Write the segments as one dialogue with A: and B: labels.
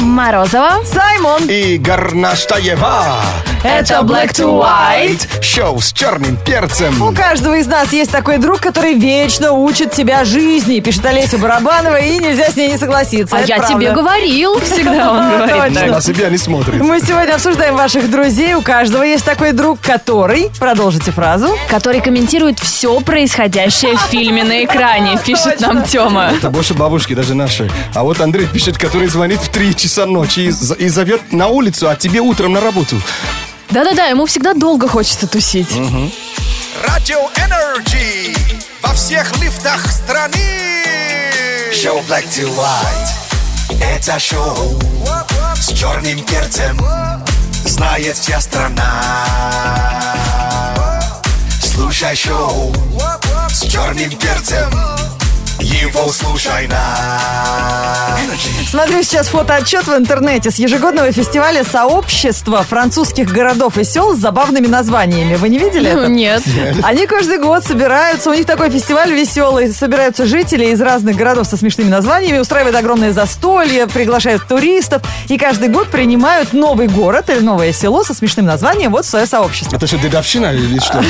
A: Морозова.
B: Саймон.
C: И Горнаштаева.
A: Это Black to White.
C: Шоу с черным
B: У
C: перцем.
B: каждого из нас есть такой друг, который вечно учит тебя жизни, пишет Олеся Барабанова, и нельзя с ней не согласиться.
A: А
B: Это
A: я
B: правда.
A: тебе говорил, всегда он говорит.
B: Точно.
A: так.
C: На себя не смотрит.
B: Мы сегодня обсуждаем ваших друзей. У каждого есть такой друг, который... Продолжите фразу.
A: Который комментирует все происходящее в фильме на экране, пишет нам Тёма.
C: Это больше бабушки, даже наши. А вот Андрей пишет, который звонит в 3 часа ночи и, з- и зовет на улицу, а тебе утром на работу.
A: Да-да-да, ему всегда долго хочется тусить.
D: Радио Энерджи во всех лифтах страны. Шоу Black to White. Это шоу с черным перцем. Знает вся страна. Слушай шоу с черным перцем. Его слушай на Energy.
B: Смотрю сейчас фотоотчет в интернете с ежегодного фестиваля сообщества французских городов и сел с забавными названиями. Вы не видели это?
A: Ну, Нет.
B: Они каждый год собираются, у них такой фестиваль веселый, собираются жители из разных городов со смешными названиями, устраивают огромное застолье, приглашают туристов, и каждый год принимают новый город или новое село со смешным названием вот в свое сообщество.
C: Это что, дедовщина или что?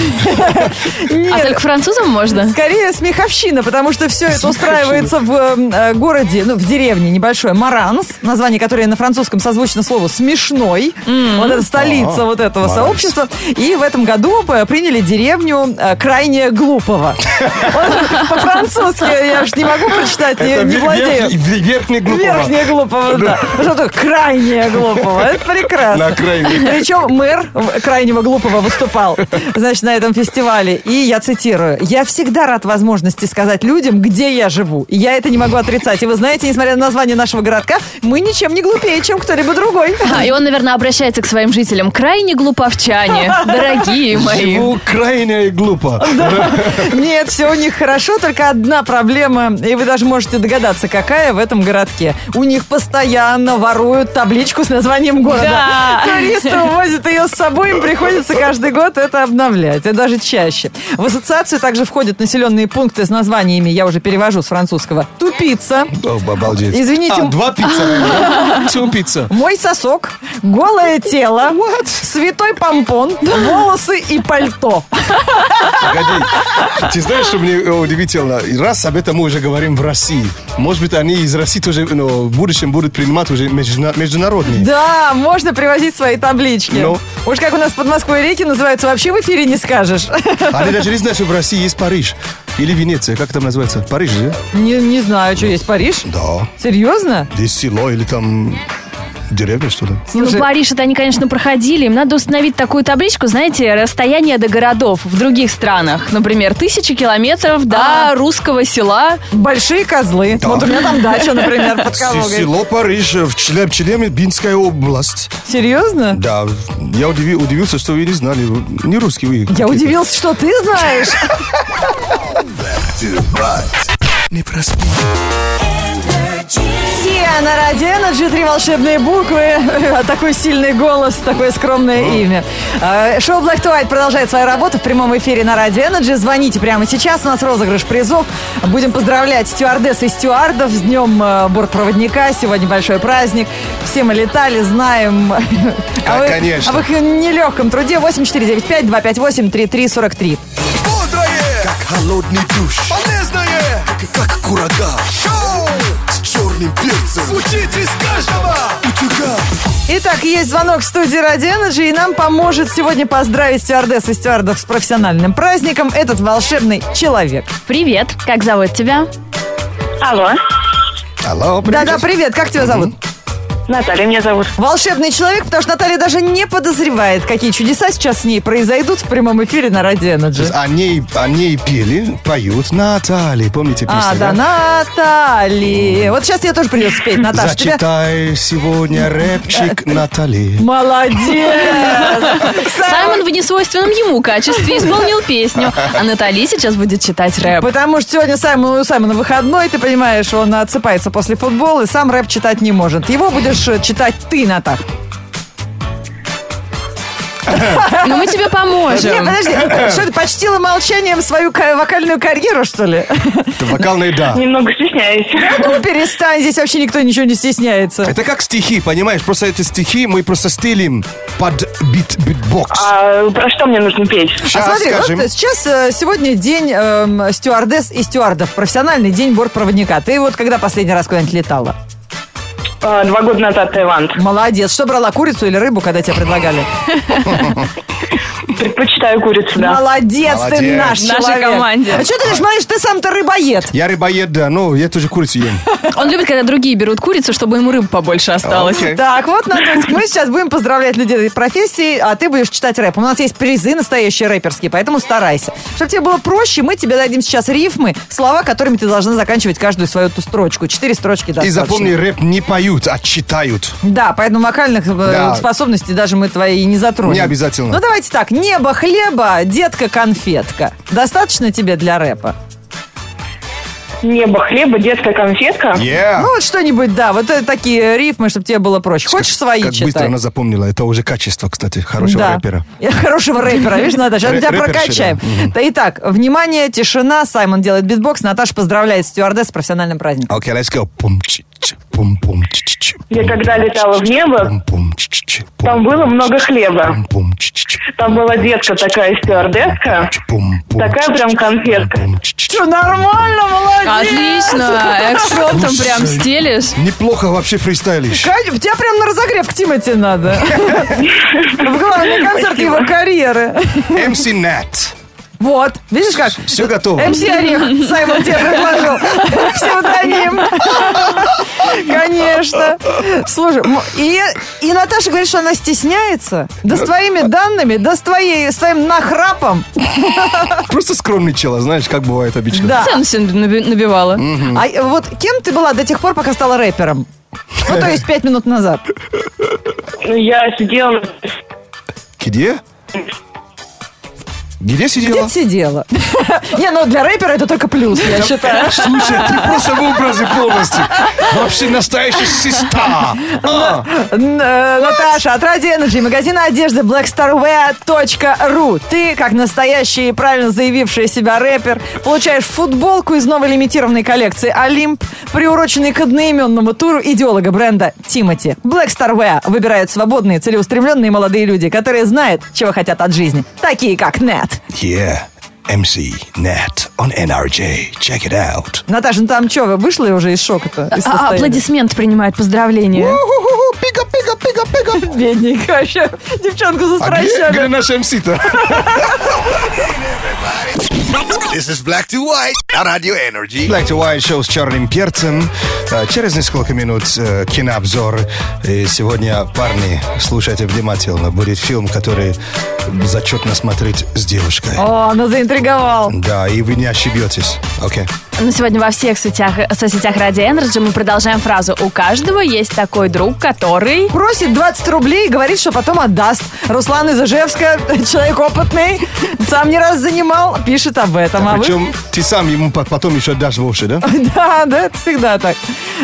A: А только французам можно?
B: Скорее смеховщина, потому что все это
C: Смеховщина.
B: устраивается в э, городе, ну, в деревне небольшой, Маранс, название которой на французском созвучно слову «смешной». Вот это столица
C: А,
B: вот этого
C: Маранс.
B: сообщества. И в этом году э, приняли деревню э, Крайне Глупого. Вот По-французски я уж не могу прочитать, не
C: Это
B: не
C: ве-
B: владею.
C: верхний- ве- верхний глупого.
B: Верхнее глупого, да. Что такое крайнее глупого? Это прекрасно.
C: На крайнее.
B: Причем мэр в- крайнего глупого выступал, значит, на этом фестивале. И я цитирую. «Я всегда рад возможности сказать людям, где я живу. И я это не могу отрицать. И вы знаете, несмотря на название нашего городка, мы ничем не глупее, чем кто-либо другой».
A: А, и он, наверное, обращается к своим жителям. Крайне глуповчане, дорогие мои.
C: Живу крайне глупо.
B: Нет, все у них хорошо, только одна проблема, и вы даже можете догадаться, какая в этом городке. У них постоянно воруют табличку с названием города.
A: Да.
B: Туристы увозят ее с собой, им приходится каждый год это обновлять, и даже чаще. В ассоциацию также входят населенные пункты с названиями, я уже перевожу с французского, «Тупица»,
C: Об- Обалдеть.
B: Извините,
C: А,
B: м-
C: два пицца. наверное. Two пицца.
B: мой сосок, голое тело, святой помпон, волосы и пальто.
C: Погоди. Ты знаешь, что мне э, удивительно? И Раз об этом мы уже говорим в России. Может быть, они из России тоже ну, в будущем будут принимать уже междуна- международные.
B: Да, можно привозить свои таблички.
C: Ну?
B: Уж как у нас под Москвой реки называются, вообще в эфире не скажешь.
C: Они А даже не знают, что в России есть Париж. Или Венеция. Как там называется? Париж, да?
B: Не, не знаю, что есть Париж.
C: Да.
B: Серьезно?
C: Здесь село или там деревня, что ли?
A: Ну,
B: Слушай,
A: Париж это они, конечно, проходили. Им надо установить такую табличку, знаете, расстояние до городов в других странах. Например, тысячи километров до
B: А.
A: русского села.
B: большие козлы. Вот у меня там дача, например, под Калугой.
C: Париж э, в Челябинская область.
B: Серьезно?
C: Да, я удиви- удивился, что вы не знали. Не русский вы.
B: Я удивился, что ты знаешь.
C: Не проспи.
B: Сиа на Радио Energy, три волшебные буквы, а такой сильный голос, такое скромное имя. Э, Шоу Black to White продолжает свою работу в прямом эфире на Радио Energy. Звоните прямо сейчас, у нас розыгрыш призов. Будем поздравлять стюардесс и стюардов с днем э, бортпроводника. Сегодня большой праздник. Все мы летали, знаем.
C: Ко-
B: А вы-
C: конечно.
B: Об их нелегком труде 8495 258 3343.
D: Бодрое, как холодный душ. Полезное, как курага. Шоу с черным перцем. Звучит из каждого утюга.
B: Итак, есть звонок в студии Ради Energy, и нам поможет сегодня поздравить стюардесс и стюардов с профессиональным праздником этот волшебный человек.
A: Привет, как зовут тебя?
E: Алло,
C: Алло, привет.
B: Да-да, привет, как тебя зовут?
E: Наталья меня зовут.
B: Волшебный человек, потому что Наталья даже не подозревает, какие чудеса сейчас с ней произойдут в прямом эфире на Ради
C: То есть
B: Energy.
C: Они, они пели, поют Натали. Помните песню?
B: А, да, Натали. Вот сейчас тебе тоже придется петь, Наташа. тебя-
C: Зачитай сегодня рэпчик Натали.
B: Молодец!
A: Саймон в несвойственном ему качестве исполнил песню, а Натали сейчас будет читать рэп.
B: Потому что сегодня Саймон, у Саймона выходной, ты понимаешь, он отсыпается после футбола и сам рэп читать не может. Его будешь э, читать ты, Наташ.
A: Ну, мы тебе
B: Нет,
A: поможем.
B: подожди, э, что ты почтила молчанием свою ка- вокальную карьеру, что ли?
C: Это вокальные «да».
E: Немного стесняюсь.
B: Ну, перестань, здесь вообще никто ничего не стесняется.
C: Это как стихи, понимаешь? Просто это стихи мы просто стилим под бит, битбокс.
E: А про что мне нужно петь?
B: А
C: Сейчас
B: смотри, вот
C: скажем.
B: сейчас, э, сегодня день эм, стюардесс и стюардов, профессиональный день бортпроводника. Ты вот когда последний раз куда-нибудь летала?
E: А, два года назад Таиланд.
B: Молодец. Что брала, курицу или рыбу, когда тебе предлагали?
E: Предпочитаю курицу, да.
B: Молодец, ты
C: Молодец.
B: наш
A: В нашей
B: человек.
A: команде.
B: А что ты говоришь, ты сам-то рыбоед.
C: Я рыбоед, да, но я тоже курицу ем.
A: Он любит, когда другие берут курицу, чтобы ему рыб побольше осталось.
C: Окей.
B: Так, вот, Наталья, мы сейчас будем поздравлять людей этой профессии, а ты будешь читать рэп. У нас есть призы настоящие рэперские, поэтому старайся. Чтобы тебе было проще, мы тебе дадим сейчас рифмы, слова, которыми ты должна заканчивать каждую свою эту строчку. Четыре строчки достаточно.
C: И запомни, рэп не поют, а читают.
B: Да, поэтому вокальных э,
C: Да.
B: способностей даже мы твои и не затронем.
C: Не обязательно.
B: Ну, давайте так. Небо хлеба, детка конфетка. Достаточно тебе для рэпа?
E: Небо хлеба, детская конфетка.
C: Yeah.
B: Ну, вот что-нибудь, да, вот э, такие рифмы, чтобы тебе было проще. Хочешь свои
C: А. Как
B: читать?
C: быстро она запомнила. Это уже качество, кстати, хорошего
B: да.
C: рэпера.
B: Я Хорошего рэпера, видишь, надо. Сейчас мы
C: Рэ-
B: тебя
C: рэперши,
B: прокачаем. Да, Итак, внимание, тишина. Саймон делает битбокс. Наташа поздравляет стюардесс с профессиональным праздником.
C: Окей, let's go. Пум, чи, чи, пум, пум, чи, чи, чи,
E: Я
C: пум,
E: когда
C: пум,
E: летала
C: чи,
E: в
C: чи,
E: небо,
C: пум, пум, чи, чи, чи, пум,
E: Там было
C: пум,
E: много
C: чи, чи,
E: хлеба.
C: пум, пум, чи, чи, чи,
E: Там
C: пум,
E: была
C: пум,
E: детка
C: чи, чи,
E: такая стюардесска.
C: чи, пум, пум,
E: Такая
C: чи,
E: прям
C: чи,
E: конфетка.
C: пум, чи, чи,
B: Что, нормально, молодец!
A: Отлично. Экспромтом
C: Слушай.
A: прям стелишь.
C: Неплохо вообще фристайлишь.
B: Кать, Тебя прям на разогрев к Тимати надо. В главный концерт его карьеры.
C: MC Nat.
B: Вот, видишь как?
C: Все готово.
B: МС Эм Орех, Саймон тебе предложил псевдоним. Конечно. Слушай, м- и, и Наташа говорит, что она стесняется. Да с твоими данными, да с, твоей, с твоим нахрапом.
C: Просто скромничала, знаешь, как бывает обычно.
B: Да.
A: Цену всем наби- набивала.
B: А э, вот кем ты была до тех пор, пока стала рэпером? Ну, то есть пять минут назад.
E: Ну, Я сидела...
C: Где? Где
B: Где
C: сидела?
B: ты сидела? Не, ну для рэпера это только плюс, я считаю.
C: Слушай, а ты просто в образе полностью. Вообще настоящая сестра. А.
B: Н- э, Наташа от Ради Energy, магазина одежды blackstarwear.ru. Ты, как настоящий и правильно заявивший себя рэпер, получаешь футболку из новой лимитированной коллекции «Олимп», приуроченной к одноименному туру идеолога бренда Тимати. Black Star Wear выбирают свободные, целеустремленные молодые люди, которые знают, чего хотят от жизни. Такие, как Нет.
C: Yeah, MC Nat on NRJ. Check it out.
B: Наташа, ну там что, вы вышли уже из шока-то? из
A: А,
B: состояния?
A: аплодисмент принимает, поздравления.
C: Пика, пика, пика, пика.
B: Бедненько вообще. Девчонку
C: А где,
B: застращали.
C: где наш MC-то?
D: This is Black to White на Radio Energy.
C: Black to White Show с черным перцем. Э, Через несколько минут э, кинообзор. И сегодня, парни, слушайте внимательно. Будет фильм, который зачетно смотреть с девушкой.
B: О, ну заинтриговал.
C: Да, и вы не ошибетесь. Окей.
A: Но сегодня во всех сетях, соцсетях Ради Энерджи мы продолжаем фразу «У каждого есть такой друг, который...»
B: просит 20 рублей и говорит, что потом отдаст. Руслан из Ижевска, человек опытный, сам не раз занимал, пишет об этом. А вы-
C: Причем ты сам ему по- потом еще дашь вовсе, да?
B: Да, да, это всегда так.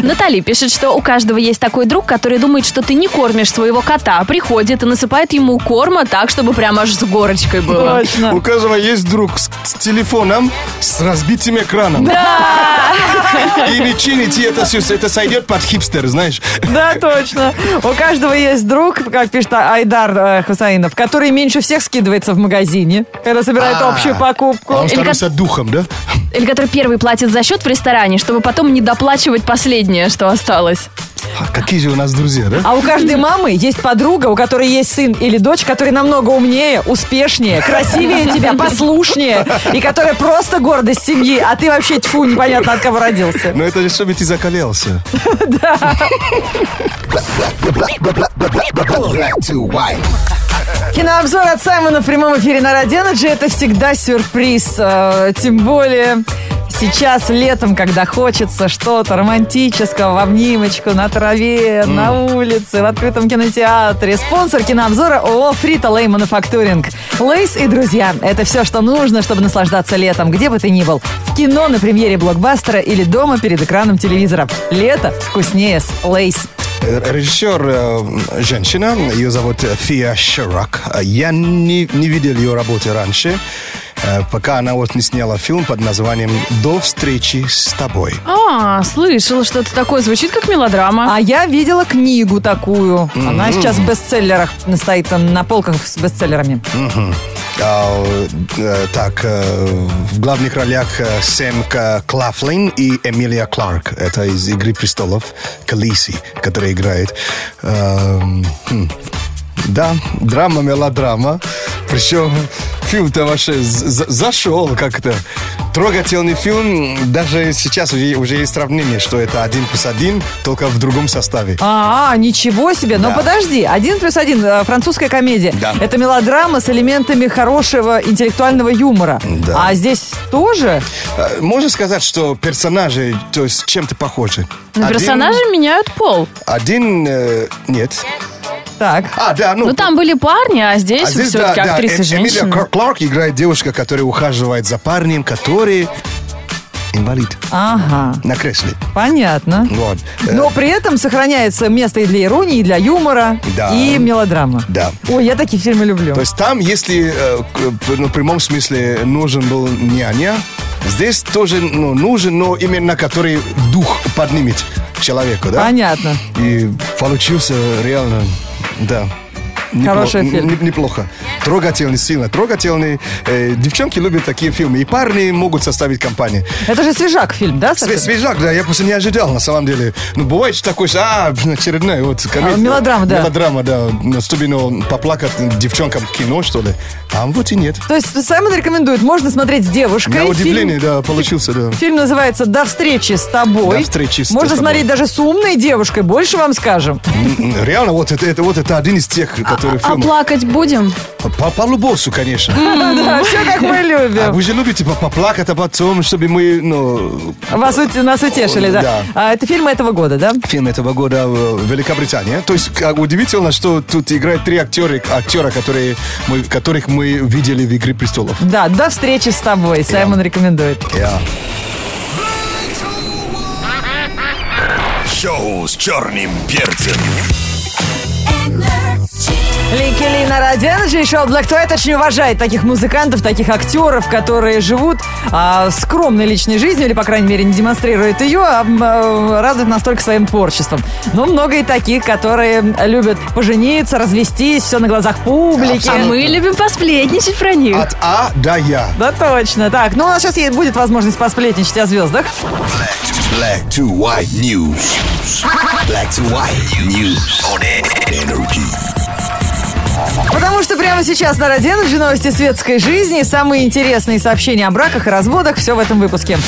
A: Натали пишет, что у каждого есть такой друг, который думает, что ты не кормишь своего кота, а приходит и насыпает ему корма так, чтобы прям аж с горочкой было.
C: У
B: Точно.
C: каждого есть друг с, с телефоном, с разбитым экраном. Да! И не чините это все, это сойдет под хипстер, знаешь.
B: Да, точно. У каждого есть друг, как пишет Айдар э, Хусаинов, который меньше всех скидывается в магазине, когда собирает
C: А.
B: общую покупку.
C: А он
A: Или
C: становится духом, да?
A: Или который первый платит за счет в ресторане, чтобы потом не доплачивать последнее, что осталось.
C: А какие же у нас друзья, да?
B: А у каждой мамы есть подруга, у которой есть сын или дочь, который намного умнее, успешнее, красивее тебя, послушнее, и которая просто гордость семьи, а ты вообще тьфу, непонятно от кого родился.
C: Но это же чтобы ты закалялся.
D: Black to White.
B: Кинообзор от Саймона в прямом эфире на Радио это всегда сюрприз. Э, Тем более сейчас, летом, когда хочется что-то романтического, в обнимочку, на траве, на улице, в открытом кинотеатре. Спонсор кинообзора ООО «Фрита Лей Мануфактуринг». Лейс и друзья – это все, что нужно, чтобы наслаждаться летом, где бы ты ни был. В кино, на премьере блокбастера или дома перед экраном телевизора. Лето вкуснее с Лейс.
C: Э, Режиссер э, женщина, ее зовут э, Фия Ширак. Э, Я не, не видел ее работы раньше, э, пока она вот не сняла фильм под названием «До встречи с тобой».
A: А, слышала что-то такое. Звучит как мелодрама.
B: А я видела книгу такую. Она сейчас в бестселлерах стоит э, на полках с бестселлерами.
C: А, э, так, э, в главных ролях э, Сэм К- Клафлин и Эмилия Кларк. Это из «Игры престолов» Калиси, которая играет. Эм, хм. Да, драма, мелодрама. Причем фильм-то вообще за- зашел как-то. Трогательный фильм. Даже сейчас уже, уже есть сравнение, что это один плюс один, только в другом составе.
B: А, ничего себе. Но
C: Да.
B: подожди, один плюс один, э, французская комедия.
C: Да.
B: Это мелодрама с элементами хорошего интеллектуального юмора.
C: Да.
B: А здесь тоже?
C: Э, Можно сказать, что персонажи, то есть чем-то похожи.
A: Но
C: Один-
A: Ну, персонажи меняют пол.
C: Один, э, нет.
B: Так.
C: А, да, ну...
A: Ну, там были парни, а здесь,
C: а здесь, да,
A: все-таки
C: да,
A: актриса
C: Э- Эмилия
A: женщина.
C: Кла- Кларк играет девушка, которая ухаживает за парнем, который инвалид
B: Ага,
C: на кресле.
B: понятно.
C: Вот. Э,
A: Ну,
B: Но при этом сохраняется место и для иронии, и для юмора,
C: Да.
B: и мелодрамы.
C: Да.
B: Ой, я такие фильмы люблю.
C: То есть там, если э, к- ну, в прямом смысле нужен был няня, здесь тоже ну, нужен, но именно который дух поднимет человеку, да?
B: Понятно.
C: И получился реально, да. непло-
B: Хороший
C: н-
B: фильм.
C: н- Неплохо. Трогательный, сильно трогательный. Э, девчонки любят такие фильмы. И парни могут составить компанию.
B: Это же свежак фильм, да?
C: Све-
B: Саша?
C: Свежак, да, я просто не ожидал, на самом деле. Ну, бывает же такой, что, а, очередная, вот, комедия.
B: А, мелодрама, да.
C: Мелодрама, да. На ступеню поплакать девчонкам в кино, что ли. А вот и нет.
B: То есть Саймон рекомендует, можно смотреть с девушкой.
C: На
B: Фильм-
C: удивление, да, получился, да.
B: Фильм называется «До встречи с тобой».
C: «До встречи с
B: Можно
C: тобой».
B: смотреть даже с умной девушкой, больше вам скажем.
C: М, м, Реально, вот это, это, вот это один из тех,
A: А
C: которые фильмов.
A: плакать будем?
C: По, по Лубосу, конечно.
B: Да, все как мы
C: А
B: любим.
C: вы же любите по- поплакать, а потом, чтобы мы, ну,
B: А Вас, ут- нас утешили, да.
C: Да.
B: А, Это фильм этого года, да?
C: фильм этого года э, Великобритания. То есть как удивительно, что тут играют три актера, актера которые мы, которых мы видели в «Игре престолов».
B: Да, «До встречи с тобой» Саймон рекомендует.
C: Я.
D: Шоу с черным перцем.
B: Лики Лина Раденджи и шоу Black Twilight очень уважает таких музыкантов, таких актеров, которые живут а, скромной личной жизнью, или, по крайней мере, не демонстрируют ее, а м, э, радуют нас только своим творчеством. Но много и таких, которые любят пожениться, развестись, все на глазах публики.
A: А мы любим посплетничать про них.
C: От А до Я.
B: Да точно, так. Ну, у нас сейчас есть- будет возможность посплетничать о звездах.
D: Black to white news. Black to white news on energy.
B: Потому что прямо сейчас на Радио Energy новости светской жизни, самые интересные сообщения о браках и разводах, все в этом выпуске.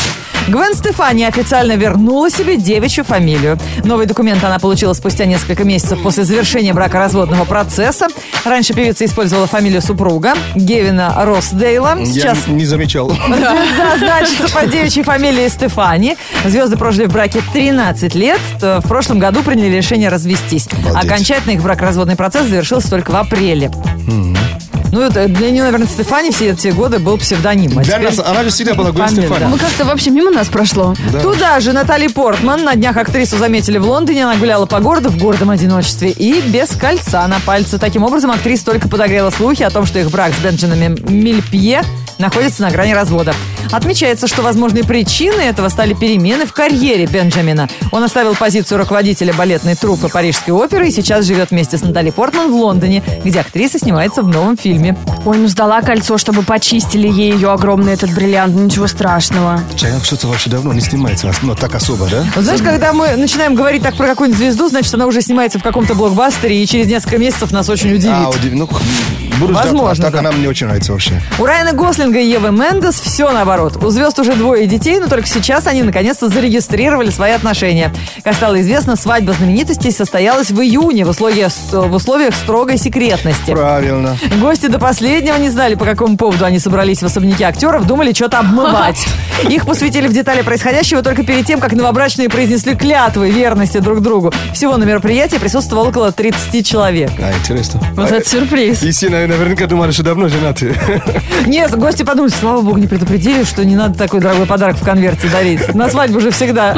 B: Гвен Стефани официально вернула себе девичью фамилию. Новый документ она получила спустя несколько месяцев после завершения бракоразводного процесса. Раньше певица использовала фамилию супруга Гевина Росдейла. Сейчас
C: Я не замечал.
B: Звезда значится под девичьей фамилией Стефани. Звезды прожили в браке 13 лет. Э, В прошлом году приняли решение развестись.
C: Обалдеть.
B: Окончательно их бракоразводный процесс завершился только в апреле. Ну, это для нее, наверное, Стефани все эти годы был псевдоним. А
C: Для
B: теперь-
C: нас она же всегда была Гвен
B: Фамилия,
C: Стефани.
A: Ну, как-то вообще мимо нас прошло.
B: Туда же Натали Портман. На днях актрису заметили в Лондоне. Она гуляла по городу в гордом одиночестве и без кольца на пальце. Таким образом, актриса только подогрела слухи о том, что их брак с Бенджином Мильпье находится на грани развода. Отмечается, что возможной причиной этого стали перемены в карьере Бенджамина. Он оставил позицию руководителя балетной труппы Парижской оперы и сейчас живет вместе с Натали Портман в Лондоне, где актриса снимается в новом фильме.
A: Ой, ну сдала кольцо, чтобы почистили ей ее огромный этот бриллиант.
F: Ну,
A: Ничего страшного.
C: Чайнов ну, что-то вообще давно не снимается, нас, ну так особо, да?
B: Вот Знаешь, когда мы начинаем говорить так про какую-нибудь звезду, значит, она уже снимается в каком-то блокбастере и через несколько месяцев нас очень удивит.
C: А, удив- ну, буду ждать.
B: Возможно,
C: А так
B: да.
C: она мне очень нравится вообще.
B: У Райана Гослинга и Евы Мендес все наоборот. У звезд уже двое детей, но только сейчас они наконец-то зарегистрировали свои отношения. Как стало известно, свадьба знаменитостей состоялась в июне в условиях, э, в условиях строгой секретности.
C: Правильно.
B: Гости до последнего не знали, по какому поводу они собрались в особняке актеров, думали что-то обмывать. Их посвятили в детали происходящего только перед тем, как новобрачные произнесли клятвы верности друг другу. Всего на мероприятии присутствовало около 30 человек.
C: А, интересно.
A: Вот
C: А,
A: это сюрприз.
C: И все, наверное, наверняка думали, что давно женаты.
B: Нет, гости подумали, слава богу, не предупредили, что не надо такой дорогой подарок в конверте дарить. На свадьбу же всегда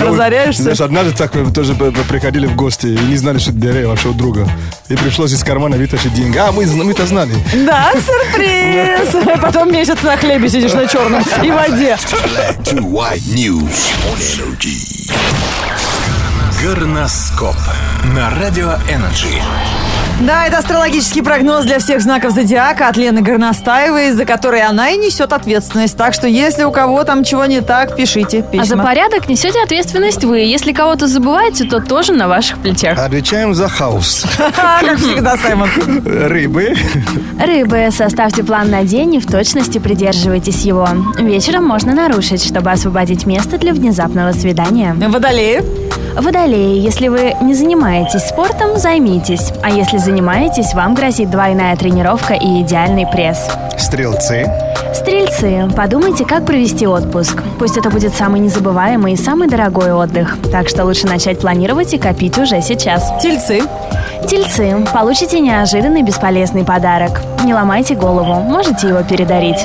B: разоряешься.
C: Знаешь, однажды так мы тоже б- б- приходили в гости и не знали, что дверей вообще у друга. И пришлось из кармана вытащить деньги. А, мы, зн- мы-то знали.
B: Да, сюрприз! Потом месяц на хлебе сидишь на черном и воде.
G: Black to white news on energy.
H: Горноскоп на Радио Энерджи.
B: Да, это астрологический прогноз для всех знаков зодиака от Лены Горностаевой, за который она и несет ответственность. Так что, если у кого там чего не так, пишите письма.
F: А за порядок несете ответственность вы. Если кого-то забываете, то тоже на ваших плечах.
C: Отвечаем за хаос.
B: Как всегда, Саймон.
C: Рыбы.
F: Рыбы, составьте план на день и в точности придерживайтесь его. Вечером можно нарушить, чтобы освободить место для внезапного свидания.
B: Водолеи.
F: Водолеи, если вы не занимаетесь спортом, займитесь. А если занимаетесь, вам грозит двойная тренировка и идеальный пресс.
C: Стрелцы.
F: Стрельцы, подумайте, как провести отпуск. Пусть это будет самый незабываемый и самый дорогой отдых. Так что лучше начать планировать и копить уже сейчас.
B: Тельцы.
F: Тельцы, получите неожиданный бесполезный подарок. Не ломайте голову, можете его передарить.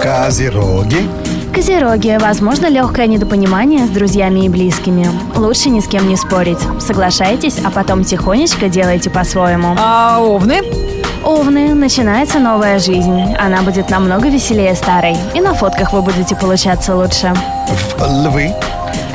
C: Козероги.
F: Козероги, возможно, легкое недопонимание с друзьями и близкими. Лучше ни с кем не спорить. Соглашайтесь, а потом тихонечко делайте по-своему.
B: А, Овны.
F: Овны, начинается новая жизнь. Она будет намного веселее старой. И на фотках вы будете получаться лучше.
C: Львы.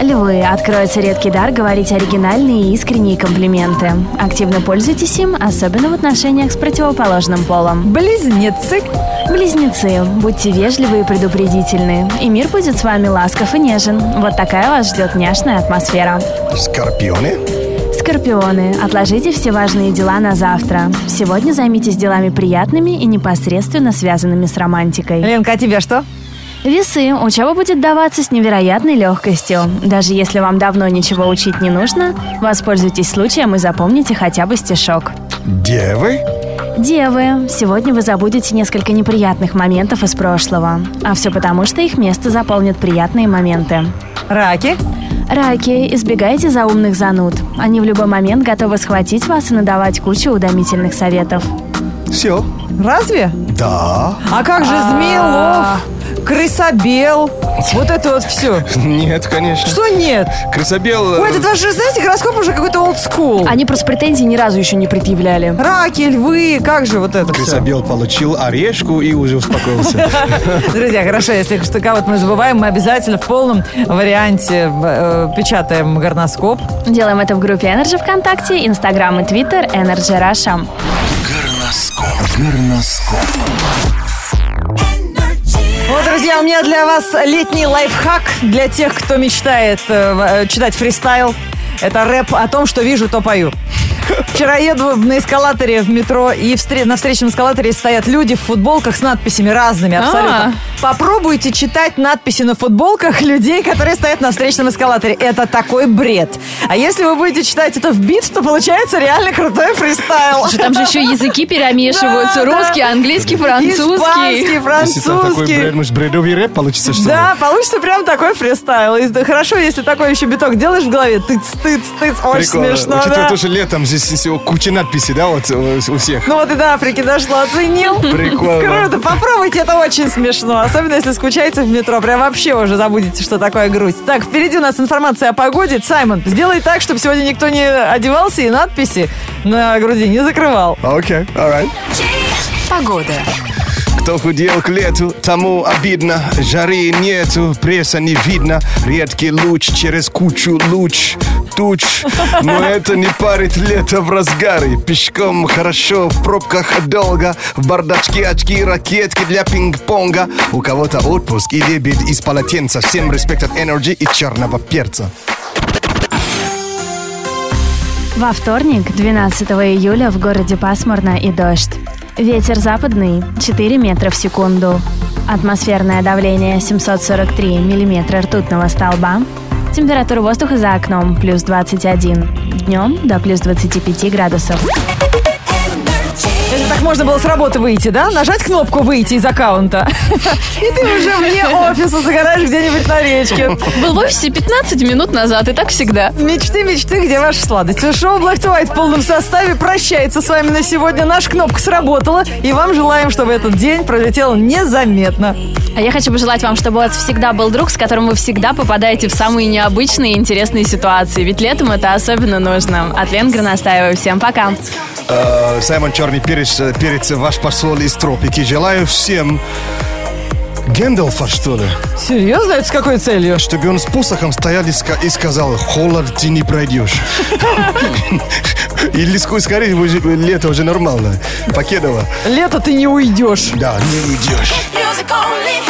F: Львы, откроется редкий дар говорить оригинальные и искренние комплименты. Активно пользуйтесь им, особенно в отношениях с противоположным полом.
B: Близнецы.
F: Близнецы, будьте вежливы и предупредительны. И мир будет с вами ласков и нежен. Вот такая вас ждет няшная атмосфера.
C: Скорпионы.
F: Скорпионы, отложите все важные дела на завтра. Сегодня займитесь делами приятными и непосредственно связанными с романтикой.
B: Ленка, а тебе что?
F: Весы. Учеба будет даваться с невероятной легкостью. Даже если вам давно ничего учить не нужно, воспользуйтесь случаем и запомните хотя бы стишок.
C: Девы.
F: Девы. Сегодня вы забудете несколько неприятных моментов из прошлого. А все потому, что их место заполнят приятные моменты.
B: Раки.
F: Раки. Избегайте заумных зануд. Они в любой момент готовы схватить вас и надавать кучу удомительных советов.
C: Все.
B: Разве?
C: Да.
B: А как же Змеелов, Крысобел? Вот это вот все.
C: Нет, конечно.
B: Что нет?
C: Крысобел. э,
B: Ой, это даже, знаете, гороскоп уже какой-то олдскул.
F: Они просто претензий ни разу еще не предъявляли.
B: Раки, львы, как же вот это все?
C: Крысобел получил орешку и уже успокоился.
B: Друзья, хорошо, если что кого-то мы забываем, мы обязательно в полном варианте э, печатаем горноскоп.
F: Делаем это в группе Energy ВКонтакте, Инстаграм и Твиттер Energy Russia.
H: Горноскоп. Горноскоп.
B: Вот, друзья, у меня для вас летний лайфхак для тех, кто мечтает э, в- э, читать фристайл. Это рэп о том, что вижу, то пою. Вчера еду на эскалаторе в метро, и встре- на встречном эскалаторе стоят люди в футболках с надписями
F: А.
B: разными абсолютно. Попробуйте читать надписи на футболках людей, которые стоят на встречном эскалаторе. Это такой бред. А если вы будете читать это в бит, то получается реально крутой фристайл.
F: Слушай, там же еще языки перемешиваются.
B: Да, да.
F: Русский, английский, французский.
B: Испанский,
C: Если там такой
B: французский.
C: бред, может, бредовый рэп получится, что ли?
B: Да, получится прям такой фристайл. И да, хорошо, если такой еще биток делаешь в голове. Тыц, тыц, тыц. Очень
C: Прикольно.
B: смешно,
C: Учитывая
B: да.
C: то, что летом здесь всего куча надписей, да, вот э, у всех.
B: Ну вот и до Африки дошло, оценил.
C: Прикольно.
B: Круто, попробуйте, это очень смешно. Особенно, если скучаете в метро. Прям вообще уже забудете, что такое грусть. Так, впереди у нас информация о погоде. Саймон, сделай так, чтобы сегодня никто не одевался и надписи на груди не закрывал.
C: Окей, alright.
I: Погода.
C: Кто худел к лету, тому обидно. Жары нету, пресса не видно. Редкий луч через кучу луч туч. Но это не парит лето в разгаре. Пешком хорошо, в пробках долго. В бардачке очки, ракетки для пинг-понга. У кого-то отпуск и лебедь из полотенца. Всем респект от Energy и черного перца.
F: Во вторник, 12 июля, в городе пасмурно и дождь. Ветер западный 4 метра в секунду. Атмосферное давление 743 миллиметра ртутного столба. Температура воздуха за окном плюс 21. Днем до плюс 25 градусов.
I: Energy.
B: Это Ну, так можно было с работы выйти, да? Нажать кнопку «Выйти из аккаунта». И ты уже вне офиса загораешь где-нибудь на речке.
F: Был в офисе 15 минут назад, и так всегда.
B: Мечты, мечты, где ваша сладость? Шоу Black to White в полном составе прощается с вами на сегодня. Наша кнопка сработала, и вам желаем, чтобы этот день пролетел незаметно.
F: А я хочу пожелать вам, чтобы у вас всегда был друг, с которым вы всегда попадаете в самые необычные и интересные ситуации. Ведь летом это особенно нужно. От Лен Горностаева. Всем пока.
C: Э, Саймон Черный Перец, э, перец, ваш посол из тропики. Желаю всем Гэндалфа, что ли,
B: Серьезно? Это с какой целью?
C: чтобы он с посохом стоял и ска- и сказал, холод ты не пройдешь. Или ск- скорее уже- лето уже нормально. Покедово.
B: Лето ты не уйдешь.
C: Да, не уйдешь.
J: Music only.